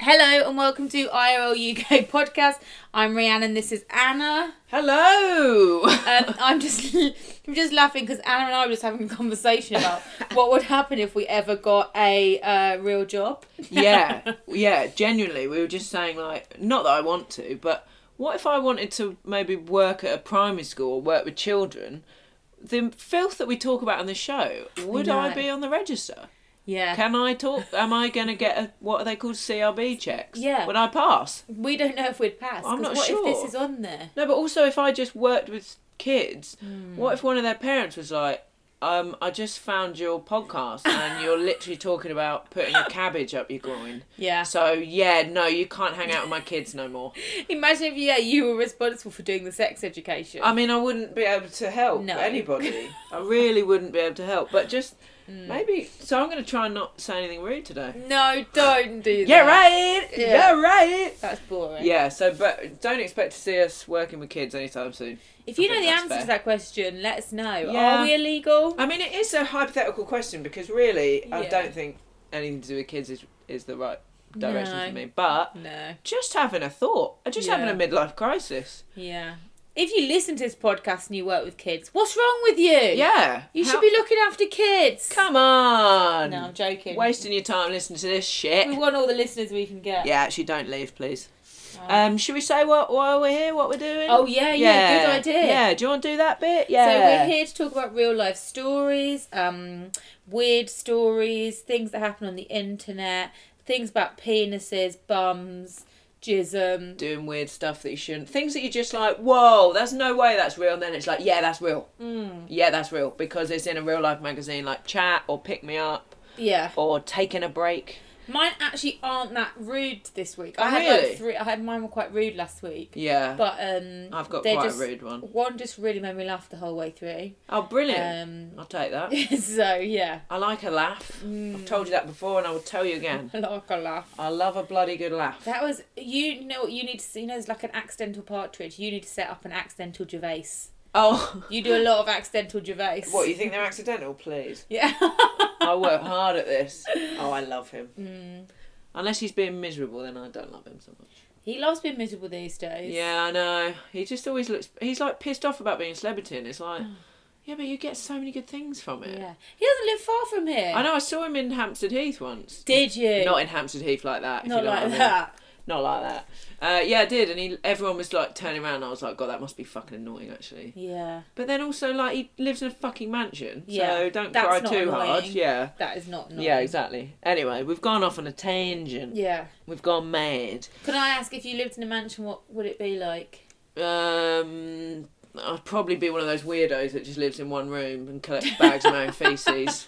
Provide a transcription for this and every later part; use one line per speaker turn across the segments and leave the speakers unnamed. Hello and welcome to IRL UK podcast. I'm Rianne and this is Anna.
Hello.
Um, I'm just I'm just laughing because Anna and I were just having a conversation about what would happen if we ever got a uh, real job.
yeah, yeah. Genuinely, we were just saying like, not that I want to, but what if I wanted to maybe work at a primary school or work with children? The filth that we talk about on the show, would I
know.
be on the register?
Yeah,
Can I talk? Am I going to get a what are they called CRB checks?
Yeah.
When I pass?
we don't know if we'd pass.
I'm
'cause
not
what
sure.
if this is on there?
No, but also if I just worked with kids, what if one of their parents was like, um, I just found your podcast and you're literally talking about putting a cabbage up your groin.
Yeah.
So yeah, no, you can't hang out with my kids no more.
Imagine if yeah you were responsible for doing the sex education.
I mean, I wouldn't be able to help
No.
anybody. I really wouldn't be able to help. But just maybe. So I'm going to try and not say anything rude today.
no, don't do that.
Yeah, right. Yeah,
Yeah.
right.
That's boring.
Yeah. So, but don't expect to see us working with kids anytime soon.
If you
I
know
think
the
that's
answer
fair.
to that question, let us know.
Yeah.
Are we illegal?
I mean, it is a hypothetical question because really, I
Yeah.
don't think anything to do with kids is is the right direction
No.
for me. But
no.
just having a thought, just having a midlife crisis.
Yeah. If you listen to this podcast and you work with kids, what's wrong with you?
Yeah.
You
How-
should be looking after kids.
Come on.
No, I'm joking.
Wasting your time listening to this shit.
We want all the listeners we can get.
Yeah, actually, don't leave, please. Um, should we say what while we're here, what we're doing?
Oh, yeah, yeah, good idea.
Yeah, do you want to do that bit?
So
Yeah.
we're here to talk about real life stories, um, weird stories, things that happen on the internet, things about penises, bums, jism.
doing weird stuff that you shouldn't. Things that you're just like, whoa, that's no way that's real. And then it's like, yeah, that's real.
Hmm.
Yeah, that's real because it's in a real life magazine like Chat or Pick Me Up
Yeah.
or Taking a Break.
Mine actually aren't that rude this week. I
Oh,
had
really?
like three. I had mine were quite rude last week.
Yeah.
But um,
I've got
they're
quite a
just-
rude one.
One just really made me laugh the whole way through.
oh, brilliant!
um,
I'll take that.
so yeah,
I like a laugh.
Hmm.
I've told you that before, and I will tell you again.
I like a laugh.
I love a bloody good laugh.
That was you know what you need to see. You know, it's like an accidental partridge. You need to set up an accidental Gervais.
oh,
You do a lot of accidental Gervais.
what you think they're accidental? Please.
Yeah.
I work hard at this. Oh, I love him.
Hmm.
Unless he's being miserable, then I don't love him so much.
he loves being miserable these days.
Yeah, I know. He just always looks. He's like pissed off about being a celebrity, and it's like, yeah, but you get so many good things from it.
Mm. Yeah. He doesn't live far from here.
I know. I saw him in Hampstead Heath once.
Did you?
Not in Hampstead Heath like that. if
Not
you know
like
what I mean.
that.
Not like that. Uh, yeah, I did, and he, everyone was like turning around. And I was like, God, that must be fucking annoying, actually.
Yeah.
But then also, like, he lives in a fucking mansion,
Yeah,
so don't
that's
cry
not
too hard.
annoying.
Yeah,
That is not. Normal.
yeah, exactly. Anyway, we've gone off on a tangent.
Yeah.
We've gone mad.
Can I ask if you lived in a mansion, what would it be like?
Um, I'd probably be one of those weirdos that just lives in one room and collects bags of my own feces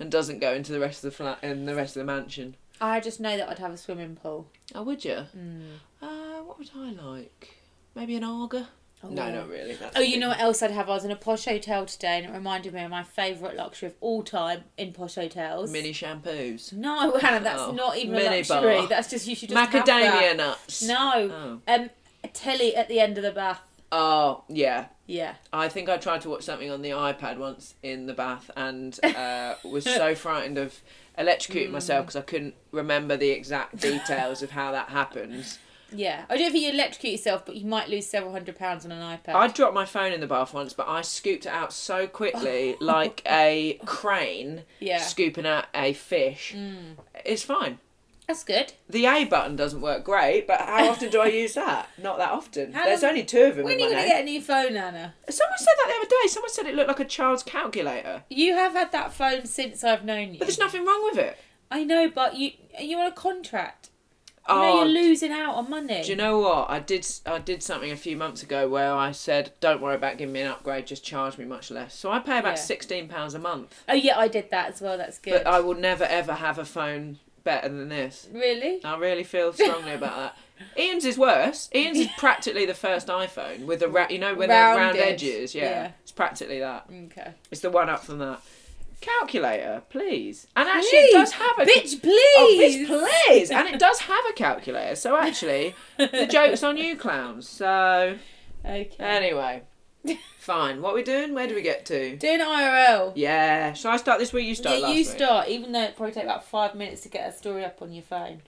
and doesn't go into the rest of the flat and the rest of the mansion.
I just know that I'd have a swimming pool.
Oh, would you?
Mm.
Uh, what would I like? Maybe an Arga? no,
yeah.
not really. That's
Oh, you know what else I'd have? I was in a posh hotel today, and it reminded me of my favourite luxury of all time in posh hotels.
mini shampoos,
No, Hannah, that's
Oh,
not even a
mini bar.
luxury. That's just you should just have
macadamia
that.
nuts.
No,
Oh.
um, a telly at the end of the bath.
Oh, yeah.
Yeah,
I think I tried to watch something on the iPad once in the bath and uh, was so frightened of electrocuting
Mm.
myself because I couldn't remember the exact details of how that happens.
yeah. I don't think you electrocute yourself, but you might lose several hundred pounds on an iPad.
I dropped my phone in the bath once, but I scooped it out so quickly, like a crane
Yeah. Mm.
scooping out a fish. It's fine.
That's good.
The A button doesn't work great, but how often do I use that? Not that often.
How
There's
long-
only two of them.
When
in
are you
my
going to
name.
get a new phone, Anna?
Someone said that the other day. Someone said it looked like a child's calculator,
You have had that phone since I've known you.
but there's nothing wrong with it.
I know, but you are you on a contract? You know,
Oh,
you're losing out on money.
Do you know what? I did I did something a few months ago where I said, "Don't worry about giving me an upgrade, just charge me much less." So I pay about
Yeah.
16 pounds a month,
oh yeah, I did that as well. That's good.
but I will never ever have a phone better than this.
Really?
I really feel strongly about that. Ian's is worse. Ian's is practically the first iPhone with the ra- you know when they have round
Rounded.
edges. Yeah,
Yeah.
it's practically that.
Okay.
It's the one up from that. Calculator, please. And actually,
Please,
it does have a
bitch,
Oh, bitch,
please.
please. and it does have a calculator. So actually, the joke's on you, clowns. So
Okay.
Uh, anyway, fine. What we doing? Where do we get to?
Doing IRL.
Yeah. Shall I start this week? You start.
yeah,
last
you
week.
start, even though it probably take about five minutes to get a story up on your phone.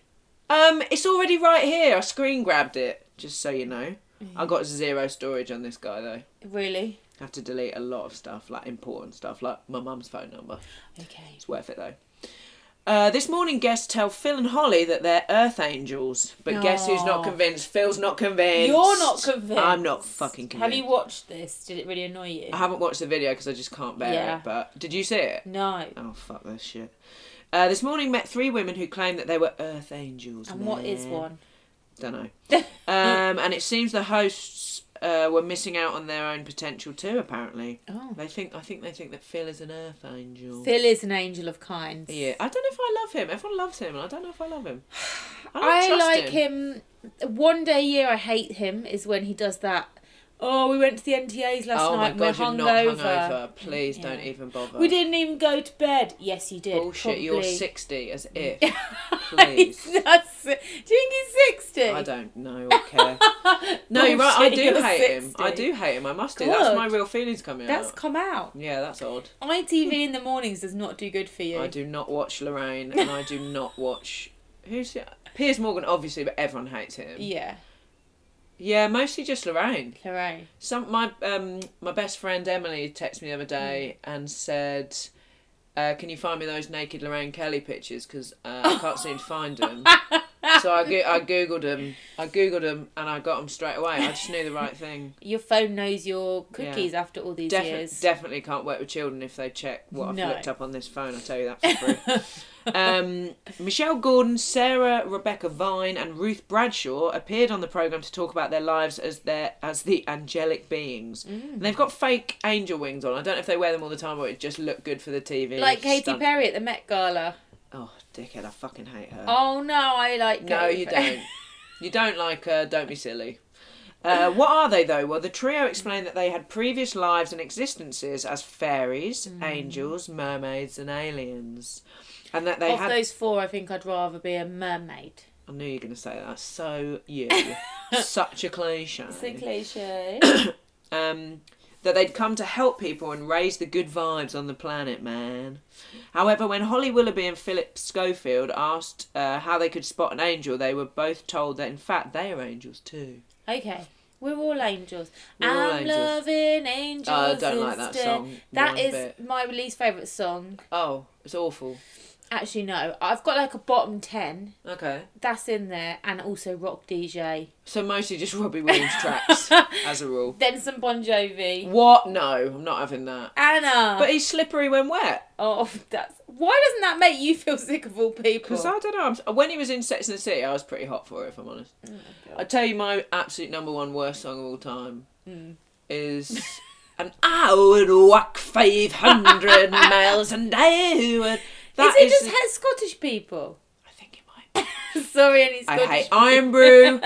Um, it's already right here. I screen grabbed it. Just so you know, I got zero storage on this guy though.
Really?
I have to delete a lot of stuff, like important stuff, like my mum's phone number.
Okay.
It's worth it though. Uh, this morning, guests tell Phil and Holly that they're Earth angels, but guess who's not
Aw.
convinced? Phil's not convinced.
You're not convinced.
I'm not fucking convinced.
Have you watched this? Did it really annoy you?
I haven't watched the video because I just can't bear
Yeah.
it. But did you see it?
no.
Oh fuck this shit. Uh, this morning, met three women who claimed that they were Earth angels.
And what is
Man.
one?
Don't know. um, and it seems the hosts uh, were missing out on their own potential too. Apparently,
Oh.
they think I think they think that Phil is an Earth angel.
Phil is an angel of kind.
Yeah, I don't know if I love him. Everyone loves him, and I don't know if I love him. I, don't
I
trust
like him. One day a year I hate him is when he does that. Oh, we went to the NTAs last
Oh my
night.
god,
we're
you're
hungover.
not hungover. Please don't
Yeah.
even bother.
We didn't even go to bed. Yes, you did.
Bullshit, you're
probably.
60 as if. Please.
That's, do you think he's sixty?
I don't know or care. No, you're right. I
Bullshit,
do
you're
hate him.
60.
I do hate him. I must do. That's
God.
my real feelings coming
That's
out.
come out.
yeah, that's odd.
ITV in the mornings does not do good for you.
I do not watch Lorraine, and I do not watch. Who's the- Piers Morgan? Obviously, but everyone hates him.
Yeah,
Yeah, mostly just Lorraine.
Lorraine.
Some my um my best friend Emily texted me the other day and said, uh, "Can you find me those naked Lorraine Kelly pictures? Because uh, I can't seem to find them." so I go- I googled them. I googled them and I got them straight away. I just knew the right thing.
Your phone knows your cookies after all these
Defi-
years.
definitely can't work with children if they check what I've
No.
looked up on this phone. I'll tell you that for free. um, Michelle Gordon, Sarah Rebecca Vine, and Ruth Bradshaw appeared on the program to talk about their lives as their as the angelic beings.
Mm.
And they've got fake angel wings on. I don't know if they wear them all the time or it just looked good for the TV.
like Katy
stunt.
Perry at the Met Gala.
Oh, dickhead! I fucking hate her.
Oh no, I like.
No,
Katy
you
Perry.
don't. You don't like her. Don't be silly. Uh, what are they though? Well, the trio explained that they had previous lives and existences as fairies,
Mm.
angels, mermaids, and aliens, and that they
of
had.
those four, I think I'd rather be a mermaid.
I knew you were going to say that. So you, such a cliche.
cliche.
um, that they'd come to help people and raise the good vibes on the planet, man. However, when Holly Willoughby and Philip Schofield asked uh, how they could spot an angel, they were both told that in fact they are angels too.
okay. We're all angels.
We're all
I'm
angels.
loving angels.
Oh, I don't like that
instead.
song
That
one
is
bit.
my least favourite song.
Oh, it's awful.
Actually, no. I've got like a bottom 10.
Okay.
That's in there. And also Rock DJ.
So mostly just Robbie Williams tracks, as a rule.
Then some Bon Jovi.
What? No, I'm not having that.
Anna.
But he's slippery when wet.
oh, that's. Why doesn't that make you feel sick of all people?
Because I don't know. I'm, when he was in Sex and the City, I was pretty hot for it, if I'm honest.
Oh
I tell you, my absolute number one worst song of all time
Mm.
is. And I would walk 500 miles and I would.
Is
That
it just
the-
he- Scottish people?
I think it might be.
Sorry, any
I
Scottish.
hate Iron Brew.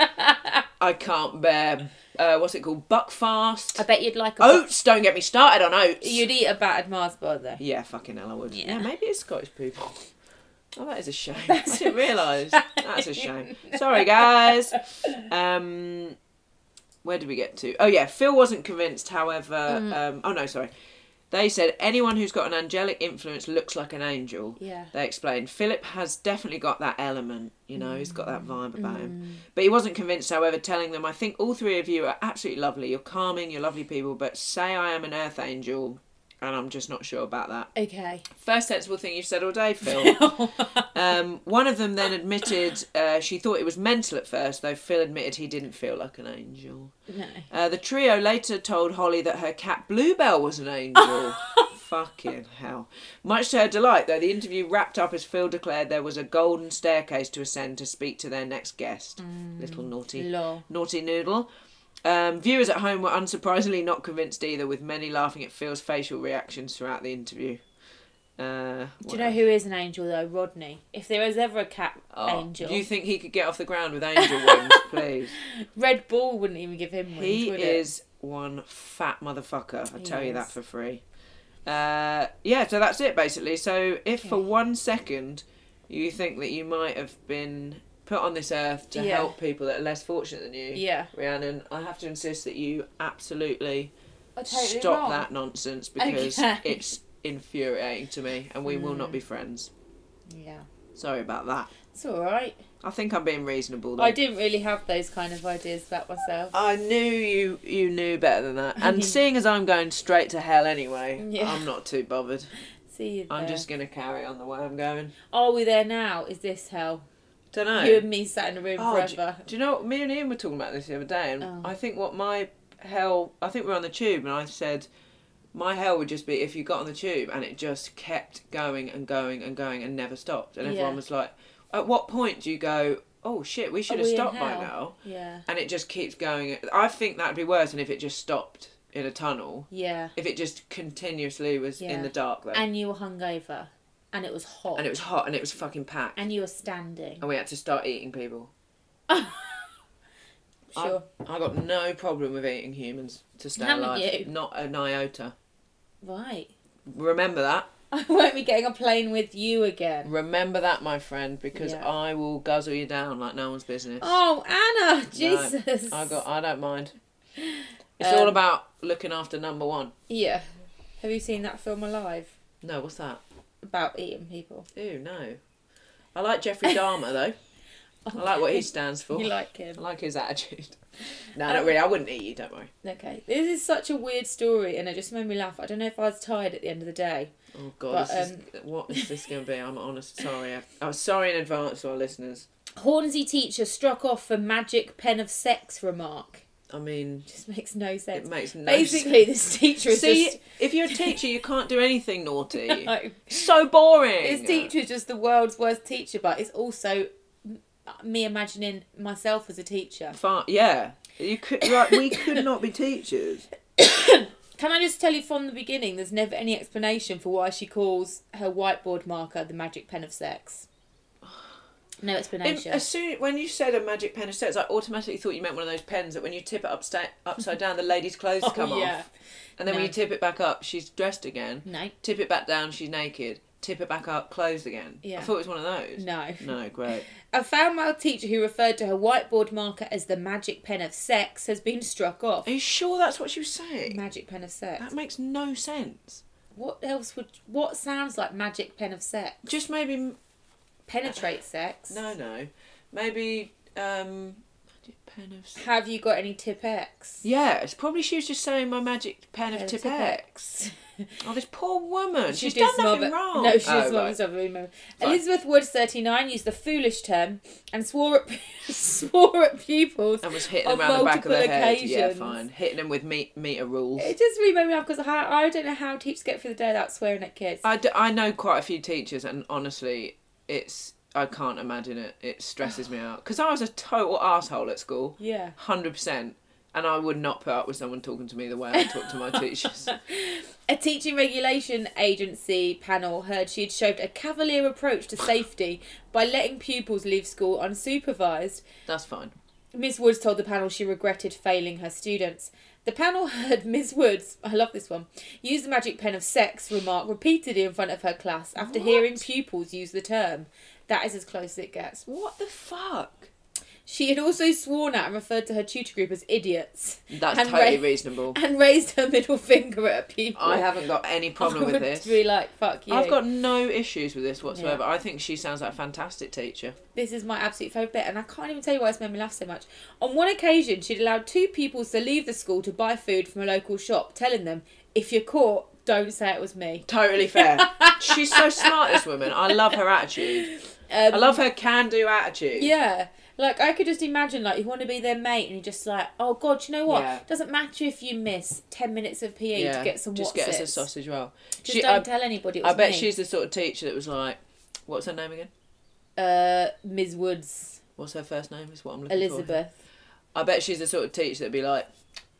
I can't bear. Uh, what's it called? Buckfast.
I bet you'd like a.
Oats, don't get me started on oats.
You'd eat a battered Mars bar though.
Yeah, fucking hell, I would.
Yeah.
Yeah, maybe it's Scottish people. Oh, that is a shame. I didn't realise. That's a shame. Sorry, guys. Um, where did we get to? Oh, yeah, Phil wasn't convinced, however. Um, oh, no, sorry. They said anyone who's got an angelic influence looks like an angel.
Yeah.
They explained Philip has definitely got that element, you know, he's got that vibe about him. But he wasn't convinced, however, telling them, I think all three of you are absolutely lovely. You're calming, you're lovely people, but say I am an earth angel, and I'm just not sure about that.
Okay.
First sensible thing you've said all day, Phil. um, one of them then admitted uh, she thought it was mental at first, though Phil admitted he didn't feel like an angel.
No.
Uh, the trio later told Holly that her cat Bluebell was an angel. Fucking hell. Much to her delight, though, the interview wrapped up as Phil declared there was a golden staircase to ascend to speak to their next guest. Little naughty,
Mm, Lol.
naughty noodle. Um, viewers at home were unsurprisingly not convinced either, with many laughing at Phil's facial reactions throughout the interview. Uh,
Do you know who is an angel though? Rodney. If there was ever a cat angel,
Do Oh, you think he could get off the ground with angel wings, please?
Red Bull wouldn't even give him wings.
He
would
is one fat motherfucker. I
He
tell you that
is.
for free. Uh, yeah, so that's it basically. So if for one second you think that you might have been put on this earth to
Yeah.
help people that are less fortunate than you,
Yeah.
Rhiannon, I have to insist that you absolutely
it? I totally
stop
wrong.
that nonsense because
Okay. Mm.
it's infuriating to me, and we will not be friends.
Yeah,
Sorry about that.
it's all right.
I think I'm being reasonable. Though.
I didn't really have those kind of ideas about myself.
I knew you you knew better than that. And seeing as I'm going straight to hell anyway,
Yeah.
I'm not too bothered.
See you there.
I'm just gonna carry on the way I'm going.
Are we there now? Is this hell?
Don't know.
You and me sat in a room
oh, do,
forever.
do you know what me and Ian were talking about this the other day and
Oh.
I think what my hell I think we were on the tube and I said my hell would just be if you got on the tube and it just kept going and going and going and never stopped. And everyone
Yeah.
was like, At what point do you go, Oh shit, we should
Are
have
we in
stopped by
hell?
now
Yeah.
and it just keeps going I think that'd be worse than if it just stopped in a tunnel.
Yeah.
If it just continuously was
Yeah.
in the dark though, and,
And you were hungover, and it was hot,
it was hot and it was fucking packed, and,
and you were standing.
we had to start eating people. I-
Sure.
I, got no problem with eating humans to stay
Haven't
alive.
you?
Not an iota.
Right.
Remember that.
I won't be getting a plane with you again.
Remember that, my friend, because
Yeah.
I will guzzle you down like no one's business.
Oh, Anna,
No,
Jesus. Um,
I got. I don't mind. It's all about looking after number one.
Yeah. Have you seen that film Alive
No, what's that?
about eating people?
Ew, no. I like Jeffrey Dahmer though. I like what he stands for.
You like him?
I like his attitude. No, not really. I wouldn't eat you. Don't worry.
Okay. This is such a weird story, and it just made me laugh. I don't know if I was tired at the end of the day.
Oh God,
But, um,
this is, what is this going to be? I'm honest. Sorry, I, I'm sorry in advance to our listeners.
Hornsey teacher struck off for magic pen of sex remark.
I mean,
Just makes no sense.
makes no
Basically, this teacher is
see,
just.
if you're a teacher, you can't do anything naughty.
No.
So boring.
This teacher is just the world's worst teacher, but it's also m- me imagining myself as a teacher.
Far, yeah. You could right. We could not be teachers.
Can I just tell you from the beginning, there's never any explanation for why she calls her whiteboard marker the magic pen of sex. No
In-
explanation.
as soon when you said a magic pen of sets, I automatically thought you meant one of those pens that when you tip it upside upside down, the lady's clothes
Oh,
come
yeah.
off. And then when
No.
you tip it back up, she's dressed again.
No.
Tip it back down, she's naked. Tip it back up, clothes again. I
Yeah.
thought it was one of those.
No.
No, great.
A found male teacher who referred to her whiteboard marker as the magic pen of sex has been struck off.
Are you sure that's what she was saying?
Magic pen of
That
sex.
makes no sense.
What else would. What sounds like magic pen of sex?
Just maybe
Penetrate sex?
no, no. Maybe um, magic pen of. s-
Have you got any tip X?
Yeah, it's probably she was just saying my magic pen of
Tip
Tipex.
X.
Oh, this poor woman.
She
she's
did
done nothing
smother-
wrong.
No, she
Oh,
did smother
right.
herself. Remember. Elizabeth Wood, 39, used the foolish term and swore at swore at pupils
and was hitting
on
them around the back of
multiple
the head.
occasions.
Yeah, fine. Hitting them with meet, meter rules.
It just really made me laugh because I, I don't know how teachers get through the day without swearing at kids.
I, d- I know quite a few teachers, and honestly, it's I can't imagine it. It stresses me out because I was a total asshole at school.
Yeah.
hundred percent. And I would not put up with someone talking to me the way I talk to my teachers.
A teaching regulation agency panel heard she had showed a cavalier approach to safety by letting pupils leave school unsupervised.
That's fine.
Ms. Woods told the panel she regretted failing her students. The panel heard Ms. Woods, I love this one, use the magic pen of sex remark repeatedly in front of her class after hearing pupils use the term. That is as close as it gets.
What the fuck?
She had also sworn at and referred to her tutor group as idiots.
That's
and
totally
ra-
reasonable.
And raised her middle finger at people.
I haven't got any problem
I
with
would
this.
Be like, fuck you.
I've got no issues with this whatsoever. I think she sounds like a fantastic teacher.
This is my absolute favourite bit, and I can't even tell you why it's made me laugh so much. On one occasion, she'd allowed two pupils to leave the school to buy food from a local shop, telling them, if you're caught, don't say it was me.
Totally fair. She's so smart, this woman. I love her attitude. I love her can do attitude.
Um, Yeah. Like I could just imagine, like you want to be their mate, and you're just like, oh god, you know what?
Yeah.
Doesn't matter if you miss ten minutes of PE to get some.
just get us a
Watsits.
sausage roll.
Just
She- uh,
don't
I,
tell anybody. It
I
was
bet
me.
she's the sort of teacher that was like, "What's her name again?
uh, Ms. Woods,
What's her first name? Is what I'm looking for."
Elizabeth.
I bet she's the sort of teacher that'd be like,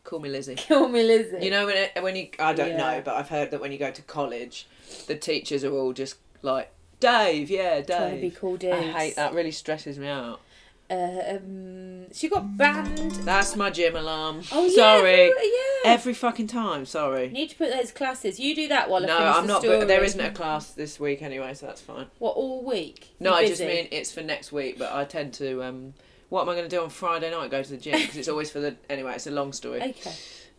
"Call me Lizzie."
Kill me, Lizzie.
You know when it, when you I don't
Yeah.
know, but I've heard that when you go to college, the teachers are all just like Dave, yeah, Dave.
Trying to be cool
I
dudes.
hate that. Really stresses me out.
Um, she got banned.
That's my gym alarm.
Oh, yeah,
sorry.
every- yeah.
Every fucking time. Sorry.
Need to put those classes. You do that while I
No,
finish
I'm
the
not.
story.
But there isn't a class this week anyway, so that's fine.
What all week?
No,
You're
I just
busy.
mean it's for next week. But I tend to. um What am I going to do on Friday night? Go to the gym because it's always for the. Anyway, it's a long story.
Okay.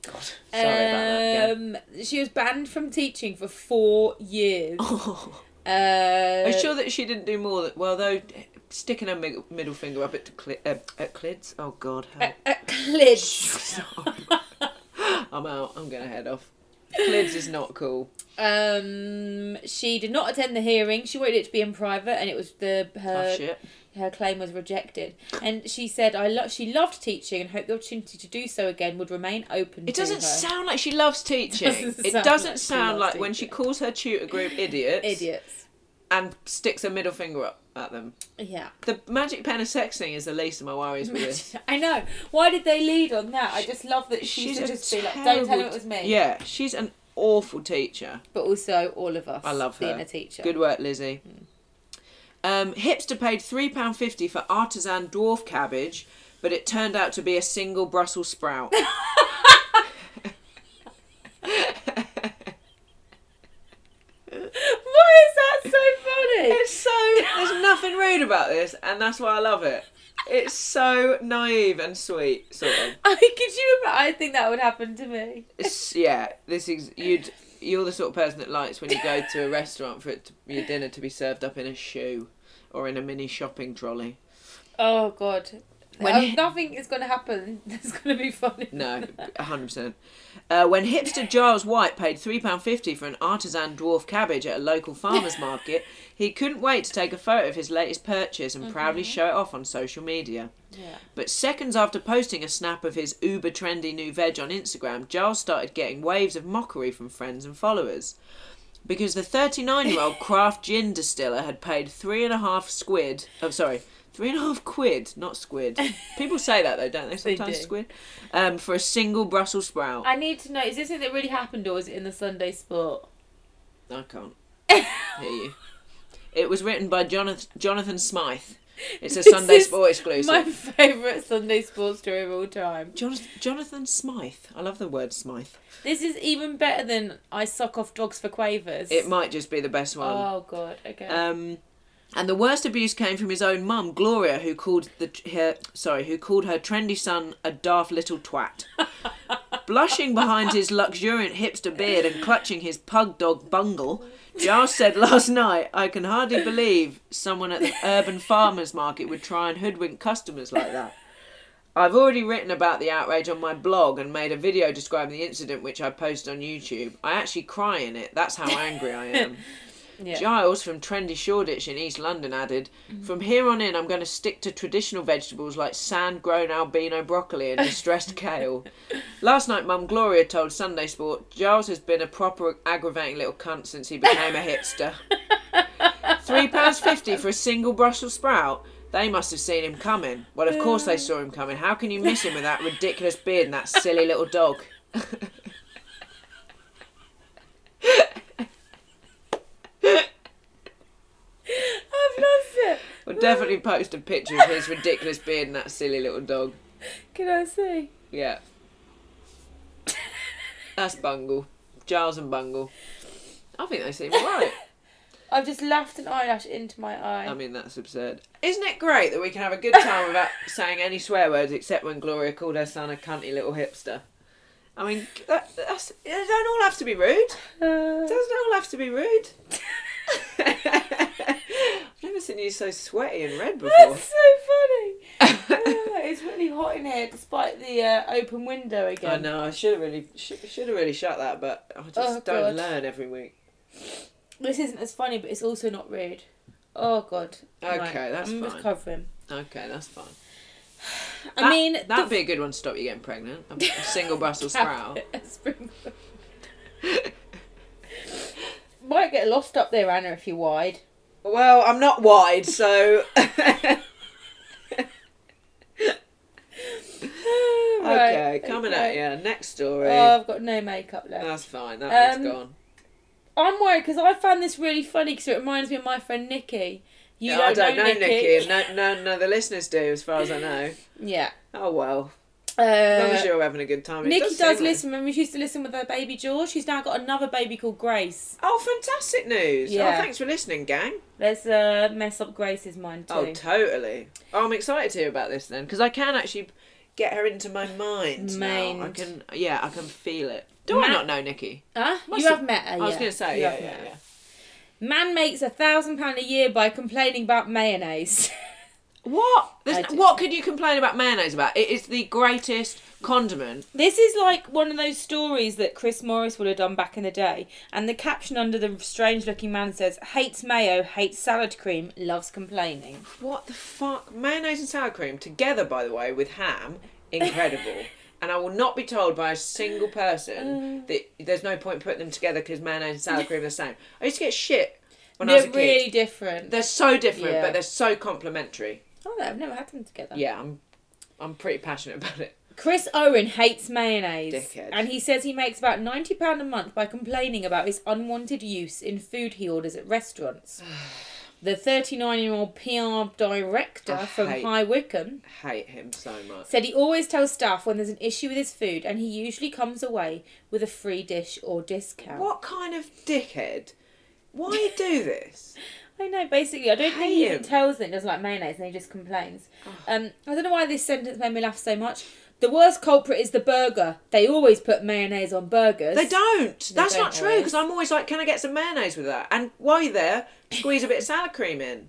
God, sorry about that. Again.
Oh, um, she was banned from teaching for four years.
Oh.
Uh,
Are you sure that she didn't do more? Than, well, though, sticking her mi- middle finger up at cli- uh, at Clids. Oh God, help.
at Clids. Uh,
I'm out. I'm gonna head off. Clids is not cool.
Um, she did not attend the hearing. She wanted it to be in private, and it was the her
Oh shit.
her claim was rejected. And she said, "I love. She loved teaching, and hoped the opportunity to do so again would remain open."
It
to
doesn't
her.
sound like she loves teaching. It
Doesn't
doesn't,
sound like she
sound
loves
like when she
teaching.
calls her tutor group idiots
idiots.
and sticks her middle finger up at them.
Yeah.
The magic pen of sex thing is the least of my worries with this.
I know. Why did they lead on that? I just love that she used
She's
to
a
just be like, "Don't
terrible
tell her it
t-
was me."
Yeah, she's an awful teacher.
But also, all of us.
I love her.
being a teacher. Hmm.
Good work, Lizzie. Um, hipster paid three pound fifty for artisan dwarf cabbage, but it turned out to be a single Brussels sprout.
Why is that so funny?
it's so there's nothing rude about this, and that's why I love it. It's so naive and sweet, sort of.
I could you? ima- I think that would happen to me.
It's, yeah, this is you'd you're the sort of person that likes when you go to a restaurant for it to, your dinner to be served up in a shoe or in a mini shopping trolley.
Oh God.
When
Oh,
he-
nothing is going to happen. That's going to be funny.
No, 100%. Uh, when hipster Giles White paid £3.50 for an artisan dwarf cabbage at a local farmer's market, he couldn't wait to take a photo of his latest purchase and proudly show it off on social media.
Mm-hmm. Yeah.
But seconds after posting a snap of his uber trendy new veg on Instagram, Giles started getting waves of mockery from friends and followers. Because the 39 year old craft gin distiller had paid three and a half squid. Oh, sorry. Three and a half quid, not squid. People say that though, don't they? Sometimes
do.
squid. Um, for a single Brussels sprout. I,
I need to know. Is this something that really happened, or is it in the Sunday Sport?
can't hear you. It was written by Jonathan, Jonathan Smythe. It's a Sunday
is
Sport exclusive.
My favourite Sunday Sport story of all time.
Jonathan, Jonathan Smythe. I love the word Smythe.
This is even better than I sock off dogs for quavers.
It might just be the best one.
Oh God. Okay.
Um, and the worst abuse came from his own mum, Gloria, who called the her, sorry, who called her trendy son a daft little twat. Blushing behind his luxuriant hipster beard and clutching his pug dog bungle, Giles said last night, "I can hardly believe someone at the urban farmers market would try and hoodwink customers like that." I've already written about the outrage on my blog and made a video describing the incident, which I posted on YouTube. I actually cry in it. That's how angry I am.
yeah.
Giles from trendy Shoreditch in East London added, "From here on in, I'm going to stick to traditional vegetables like sand-grown albino broccoli and distressed kale." Last night, Mum Gloria told Sunday Sport, "Giles has been a proper aggravating little cunt since he became a hipster. Three pounds fifty for a single Brussels sprout." They must have seen him coming. Well, of course they saw him coming. How can you miss him with that ridiculous beard and that silly little dog?
I've lost it.
We'll definitely post a picture of his ridiculous beard and that silly little dog.
Can I see?
Yeah. That's Bungle. Giles and Bungle. I think they seem alright.
I've just laughed an eyelash into my eye.
I mean, that's absurd. Isn't it great that we can have a good time without saying any swear words except when Gloria called her son a cunty little hipster? I mean, that, that's, they don't all have to be rude. It
Uh,
doesn't all have to be rude. I've never seen you so sweaty and red before.
that's so funny. Uh, it's really hot in here, despite the uh, open window again.
I know. I should have really, should have really shut that, but I just
Oh,
don't
God.
learn every week.
This isn't as funny, but it's also not rude. Oh God.
Okay, that's
I'm
fine.
recovering.
Okay, that's fine.
I
That-
mean,
that'd
the
be a good one to stop you getting pregnant. A single Brussels sprout.
Spring- Might get lost up there, Anna, if you're wide.
Well, I'm not wide, so okay.
Right,
Coming
okay.
at you. Uh, Next story.
Oh, I've got no makeup left.
That's fine. That one's
Um,
gone.
I'm worried because I found this really funny because it reminds me of my friend Nikki. You
No,
don't,
I don't know,
know,
Nikki. and No, no, no. The listeners do, as far as I know.
Yeah.
Oh well. As long
Uh,
as you're having a good time. it
Nikki does,
does, seem like-
listen. Remember, she used to listen with her baby George. She's now got another baby called Grace.
Oh, fantastic news!
Yeah.
Oh, thanks for listening, gang.
Let's uh, mess up Grace's mind too.
Oh, totally. Oh, I'm excited to hear about this then, because I can actually get her into my mind. Now. I
Mind.
can, yeah, I can feel it. Do I
Ma-
not know Nikki?
Huh?
Must
you have met her.
I was
yeah.
going to say,
You
yeah,
have
yeah,
met
yeah.
her. Man makes a thousand pound a year by complaining about mayonnaise.
What? There's
I
no-
do.
what could you complain about mayonnaise about? It is the greatest condiment.
This is like one of those stories that Chris Morris would have done back in the day. And the caption under the strange looking man says, hates mayo, hates salad cream, loves complaining.
What the fuck? Mayonnaise and sour cream together, by the way, with ham, incredible. and I will not be told by a single person
Mm.
that there's no point putting them together because mayonnaise and sour cream are the same. I used to get shit when I was a
They're
kid.
really different.
They're so different,
Yeah.
but they're so complementary.
Oh, no, I've never had them together.
Yeah, I'm, I'm pretty passionate about it.
Chris Owen hates mayonnaise.
Dickhead.
And he says he makes about £90 a month by complaining about its unwanted use in food he orders at restaurants. the 39 year old PR director
I
from
hate-
High Wycombe
Hate him so much.
said he always tells staff when there's an issue with his food and he usually comes away with a free dish or discount.
What kind of dickhead? Why do this?
I know, basically, I don't think
Hate
he even
him.
tells them he doesn't like mayonnaise and he just complains. Um, I don't know why this sentence made me laugh so much. The worst culprit is the burger. They always put mayonnaise on burgers.
They don't. That's
don't
not true
always.
because I'm always like, can I get some mayonnaise with that? And while you're there, squeeze a bit of sour cream in.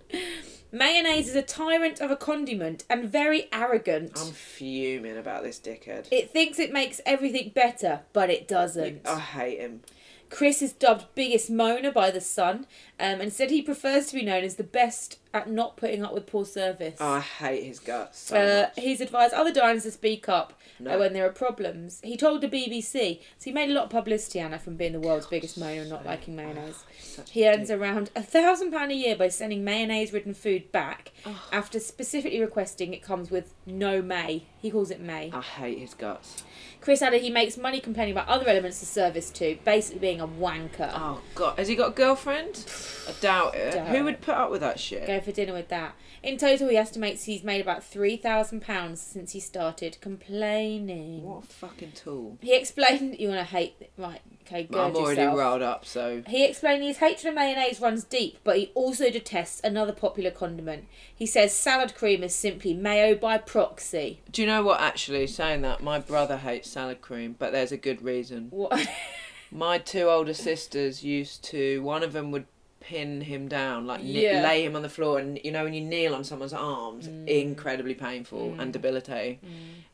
Mayonnaise is a tyrant of a condiment and very arrogant.
I'm fuming about this dickhead.
It thinks it makes everything better, but it doesn't.
I hate him.
Chris is dubbed biggest moaner by the Sun, um, and said he prefers to be known as the best at not putting up with poor service.
Oh, I hate his guts so
Uh,
much.
he's advised other diners to speak up uh,
No.
when there are problems. He told the BBC, so he made a lot of publicity, Anna, from being the world's biggest moaner and not liking mayonnaise. He earns around a thousand pound a year by sending mayonnaise-ridden food back after specifically requesting it comes with no may. He calls it may.
I hate his guts.
Chris added he makes money complaining about other elements of service too, basically being a wanker.
Oh God, has he got a girlfriend? I doubt it.
Doubt
Who
it.
would put up with that shit?
Go for dinner with that. In total, he estimates he's made about three thousand pounds since he started complaining.
What a fucking tool.
He explained you want to hate right. Okay, good.
I'm already
yourself.
rolled up, so
He explained his hatred of mayonnaise runs deep, but he also detests another popular condiment. He says salad cream is simply mayo by proxy.
Do you know what? Actually, saying that, my brother hates salad cream, but there's a good reason.
What?
My two older sisters used to. One of them would pin him down, like kn-
Yeah. Mm.
lay him on the floor, and you know when you kneel on someone's arms, incredibly painful and debilitating.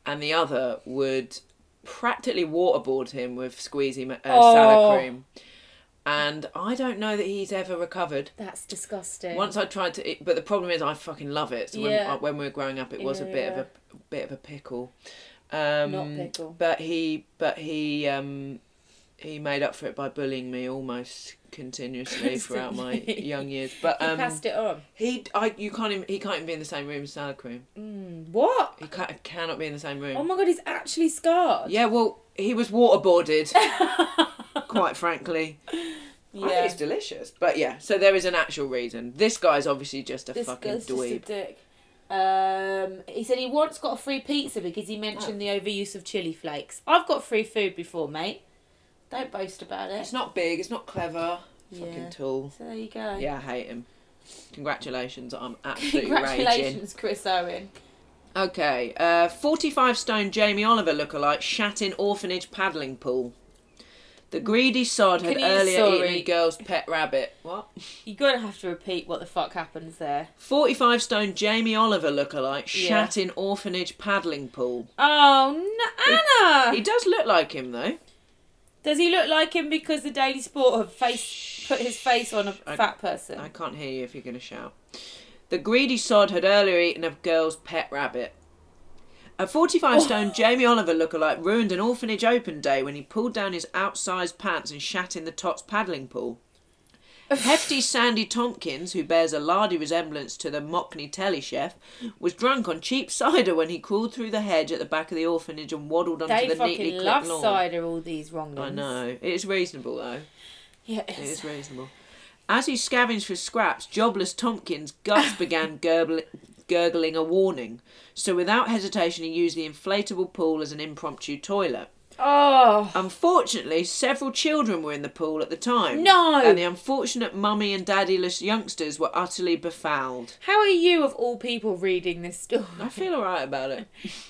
And the other would practically waterboard him with squeezy ma- uh,
Oh.
salad cream. And I don't know that he's ever recovered.
That's disgusting.
Once I tried to, eat, but the problem is I fucking love it. So when,
Yeah.
uh, when we were growing up, it was a bit of
Yeah.
a, a bit of a pickle. Um,
Not pickle.
But he, but he, um, he made up for it by bullying me almost continuously throughout my
Constantly.
young years. But
he
um,
passed it on.
he, I, you can't even, he can't even be in the same room as salad cream.
What?
He can't, cannot be in the same room.
Mm. Oh my god, he's actually scarred.
yeah, well, he was waterboarded. quite frankly. I think
Yeah.
it's delicious, but yeah. So there is an actual reason. This guy's obviously just a
This
fucking
guy's just a
dweeb.
dick. Um, he said he once got a free pizza because he mentioned the overuse of chili flakes. I've got free food before, mate. Don't boast about it.
It's not big. It's not clever.
Yeah.
Fucking tool.
So there you go.
Yeah, I hate him. Congratulations, I'm absolutely raging.
Congratulations, Chris Owen.
Okay, uh, 45 stone Jamie Oliver lookalike shat in orphanage paddling pool. The greedy sod had
Can you-
earlier eaten
sorry.
a girl's pet rabbit. What?
You're gonna have to repeat what the fuck happens there.
45 stone Jamie Oliver lookalike
Yeah.
shat in orphanage paddling pool.
Oh, no, Anna!
He does look like him though.
Does he look like him because the Daily Sport have face put his face on a
I-
fat person?
I can't hear you if you're going to shout. The greedy sod had earlier eaten a girl's pet rabbit. A 45 stone
Oh.
Jamie Oliver lookalike ruined an orphanage open day when he pulled down his outsized pants and shat in the Tots paddling pool. Hefty Sandy Tompkins, who bears a lardy resemblance to the Mockney telly chef, was drunk on cheap cider when he crawled through the hedge at the back of the orphanage and waddled onto
They
the neatly
fucking
clipped
love
lawn.
cider, all these wrong
I
ones.
know. It is reasonable though.
Yeah, it
It
is.
is reasonable. As he scavenged for scraps, jobless Tompkins' guts began gurgling, gurgling a warning. So without hesitation, he used the inflatable pool as an impromptu toilet.
Oh,
Unfortunately, several children were in the pool at the time.
No!
And the unfortunate mummy and daddyless youngsters were utterly befouled.
how are you, of all people, reading this story?
I feel alright about it.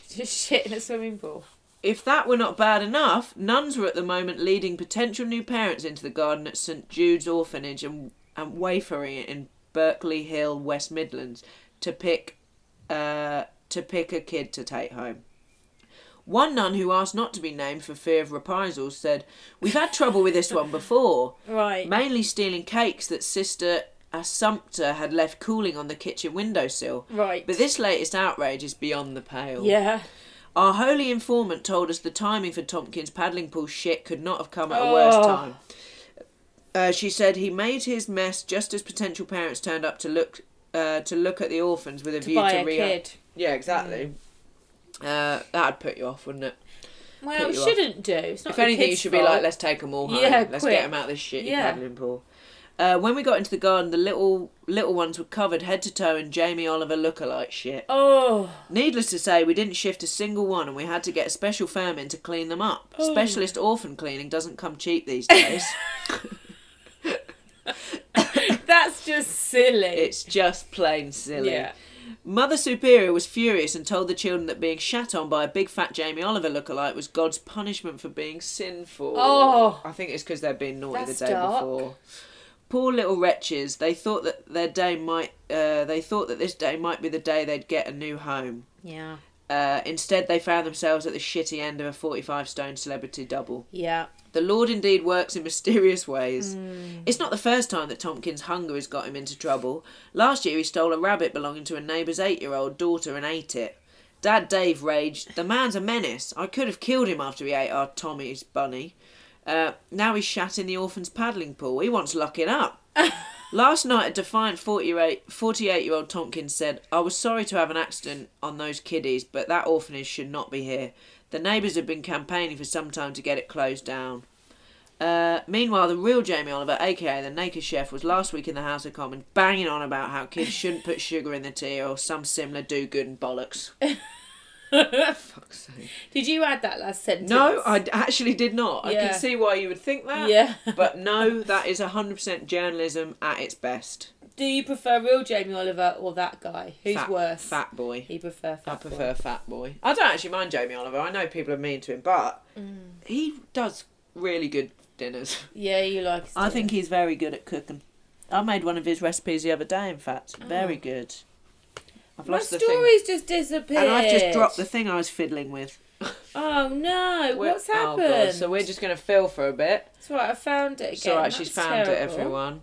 Just shit in a swimming pool.
If that were not bad enough, nuns were at the moment leading potential new parents into the garden at St Jude's Orphanage and, and wafering it in Berkeley Hill, West Midlands, to pick, uh, to pick a kid to take home. One nun who asked not to be named for fear of reprisals said, "We've had trouble with this one before,
Right.
Mainly stealing cakes that Sister Assumpta had left cooling on the kitchen windowsill,
Right.
But this latest outrage is beyond the pale.
Yeah.
Our holy informant told us the timing for Tompkins' paddling pool shit could not have come at a worse
Oh.
time. Uh, she said he made his mess just as potential parents turned up to look uh, to look at the orphans with a view
buy
to
a
rehab.
kid. Mm.
Yeah, exactly. Uh, that'd put you off, wouldn't it?
Well,
Put
it
you off.
shouldn't do. It's not
If anything, you
kid's
should
fault.
be like, let's take them all home.
Yeah,
let's
quick.
get them out of this shitty
Yeah.
paddling pool. Uh, when we got into the garden, the little little ones were covered head to toe in Jamie Oliver lookalike shit.
Oh,
Needless to say, we didn't shift a single one, and we had to get a special firm in to clean them up.
Oh.
Specialist orphan cleaning doesn't come cheap these days.
that's just silly.
it's just plain silly.
yeah.
Mother Superior was furious and told the children that being shat on by a big fat Jamie Oliver lookalike was God's punishment for being sinful.
Oh.
I think it's because they'd been naughty
That's
the day
dark.
before. Poor little wretches. They thought that their day might. Uh, they thought that this day might be the day they'd get a new home.
Yeah.
Uh, instead, they found themselves at the shitty end of a 45 stone celebrity double.
Yeah.
The Lord indeed works in mysterious ways. It's not the first time that Tompkins' hunger has got him into trouble. Last year, he stole a rabbit belonging to a neighbour's eight year old daughter and ate it. Dad Dave raged, The man's a menace. I could have killed him after he ate our Tommy's bunny. Uh, now he's shat in the orphan's paddling pool. He wants locking up. Last night, a defiant 48 year old Tompkins said, I was sorry to have an accident on those kiddies, but that orphanage should not be here. The neighbours have been campaigning for some time to get it closed down. Uh, meanwhile, the real Jamie Oliver, aka the Naked Chef, was last week in the House of Commons banging on about how kids shouldn't put sugar in the tea or some similar do good and bollocks. Fuck's sake.
Did you add that last sentence?
No, I d- actually did not. I
Yeah.
can see why you would think that.
Yeah.
but no, that is 100% journalism at its best.
Do you prefer real Jamie Oliver or that guy? Who's
fat,
worse?
Fat boy.
You prefer fat.
I prefer Fat Boy. I don't actually mind Jamie Oliver. I know people are mean to him, but
Mm.
he does really good dinners.
Boy. Yeah, you like. his
I
dinner.
think he's very good at cooking. I made one of his recipes the other day, in fact.
Oh.
Very good. I've
My
lost the thing.
story's just disappeared.
And I've just dropped the thing I was fiddling with.
Oh no!
We're-
What's
oh, God.
happened?
So we're just going to fill for a bit.
It's all right. I found it again.
It's all right, she's
That's
found it,
terrible.
everyone.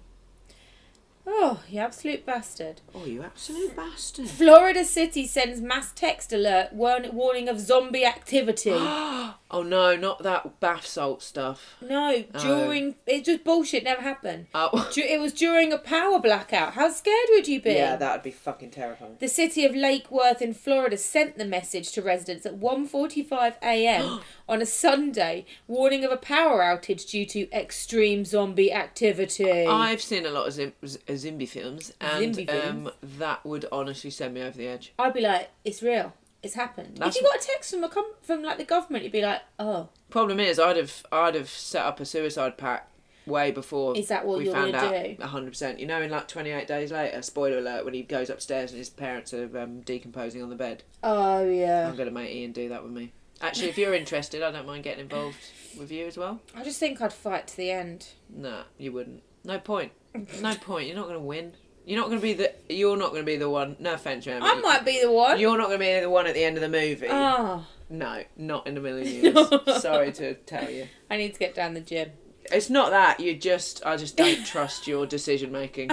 Oh, you absolute bastard!
Oh, you absolute bastard.
Florida City sends mass text alert warn- warning of zombie activity.
Oh, no, not that bath salt stuff.
no, during it's just bullshit. Never happened.
Oh.
Du- It was during a power blackout. How scared would you be?
Yeah, that would be fucking terrifying.
The city of Lake Worth in Florida sent the message to residents at 1:45 a.m. on a Sunday, warning of a power outage due to extreme zombie activity.
I've seen a lot of Zim- Z- uh, Zimby films, and
Zimby films?
um, that would honestly send me over the edge.
I'd be like, it's real. It's happened.
That's-
if you got a text from a com- from like the government, you'd be like, oh,
Problem is, I'd have I'd have set up a suicide pact way before.
Is that what
we
you're
found
gonna
out?
do?
hundred percent. You know, in like twenty eight days later. Spoiler alert: when he goes upstairs and his parents are um, decomposing on the bed,
oh yeah.
I'm gonna make Ian do that with me. Actually, if you're interested, I don't mind getting involved with you as well.
I just think I'd fight to the end.
Nah, you wouldn't. No point. No point. You're not gonna win. You're not gonna be the. You're not gonna be the one. No offense, Jeremy.
I might be the one.
You're not gonna be the one at the end of the movie.
Ah,
No, not in a million years. Sorry to tell you.
I need to get down the gym.
It's not that, you just I just don't trust your decision making.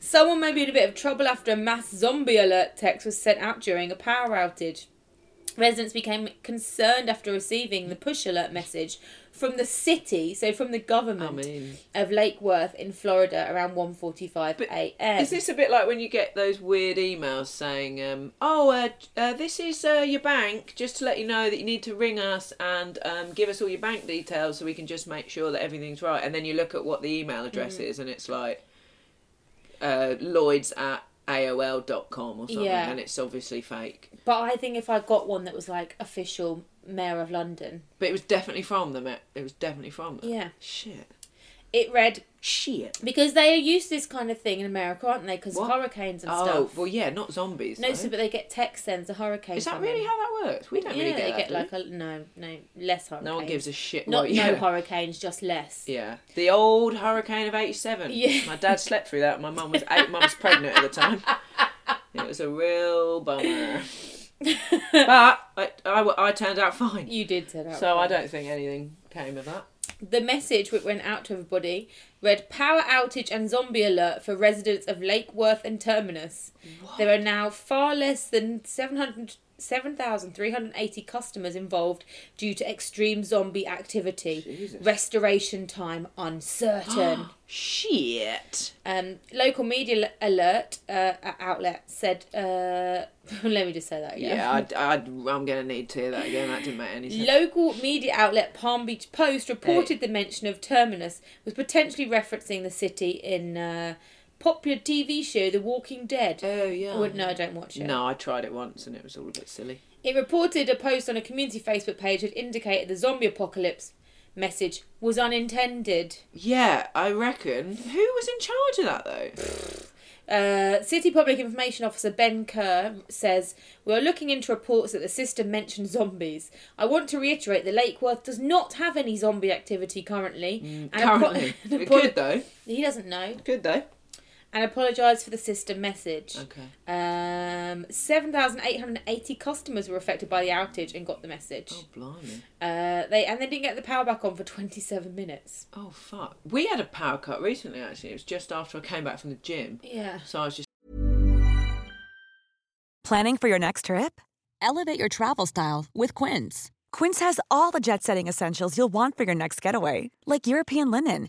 Someone may be in a bit of trouble after a mass zombie alert text was sent out during a power outage. Residents became concerned after receiving the push alert message from the city, so from the government
mean-
of Lake Worth in Florida around 1:45 a.m.
Is this a bit like when you get those weird emails saying, um, "Oh, uh, uh, this is uh, your bank, just to let you know that you need to ring us and um, give us all your bank details so we can just make sure that everything's right." And then you look at what the email
Mm.
address is, and it's like uh, Lloyd's at AOL.com or something,
Yeah.
and it's obviously fake.
But I think if I got one that was like official mayor of London,
But it was definitely from them. It it was definitely from them.
Yeah.
Shit.
it read
Shit.
because they are used to this kind of thing in America, aren't they? Because
What?
hurricanes and
oh
stuff.
well, yeah, not zombies.
no,
though.
so but they get text sends a hurricane.
is that
from them.
really how that works? We don't
yeah,
really get
they
that,
get
do we?
like a no, no less hurricanes.
No one gives a shit.
Not
what
no
you...
hurricanes, just less.
Yeah, the old hurricane of '87.
Yeah.
my dad slept through that. My mum was eight months pregnant at the time. It was a real bummer. but I, I, I turned out fine,
You did say that.
so
right.
I don't think anything came of that.
The message which went out to everybody read power outage and zombie alert for residents of Lake Worth and Terminus. There are now far less than 700 7,380 customers involved due to extreme zombie activity. Restoration time uncertain.
Ah, Shit.
um, local media al- alert uh, outlet said, uh, let me just say that again.
Yeah, I'd, I'd, I'm gonna need to hear that again. That didn't make any sense.
Local media outlet Palm Beach Post reported the mention of Terminus was potentially referencing the city in uh, popular TV show The Walking Dead.
Oh, yeah.
Would- no, I don't watch it.
No, I tried it once and it was all a bit silly.
It reported a post on a community Facebook page had indicated the zombie apocalypse message was unintended.
Yeah, I reckon. Who was in charge of that though?
Uh, City Public Information Officer Ben Kerr says, We are looking into reports that the system mentioned zombies. I want to reiterate that Lake Worth does not have any zombie activity currently. and apo-
Mm, Currently,
and
it
apo-
could though.
He doesn't know.
Could though.
And apologise for the system message.
Okay.
Um, 7,880 customers were affected by the outage and got the message.
Oh blimey.
Uh, they And they didn't get the power back on for 27 minutes.
Oh fuck! We had a power cut recently. Actually, it was just after I came back from the gym,
Yeah.
so I was just
Planning for your next trip? Elevate your travel style with Quince. Quince has all the jet setting essentials you'll want for your next getaway, like European linen,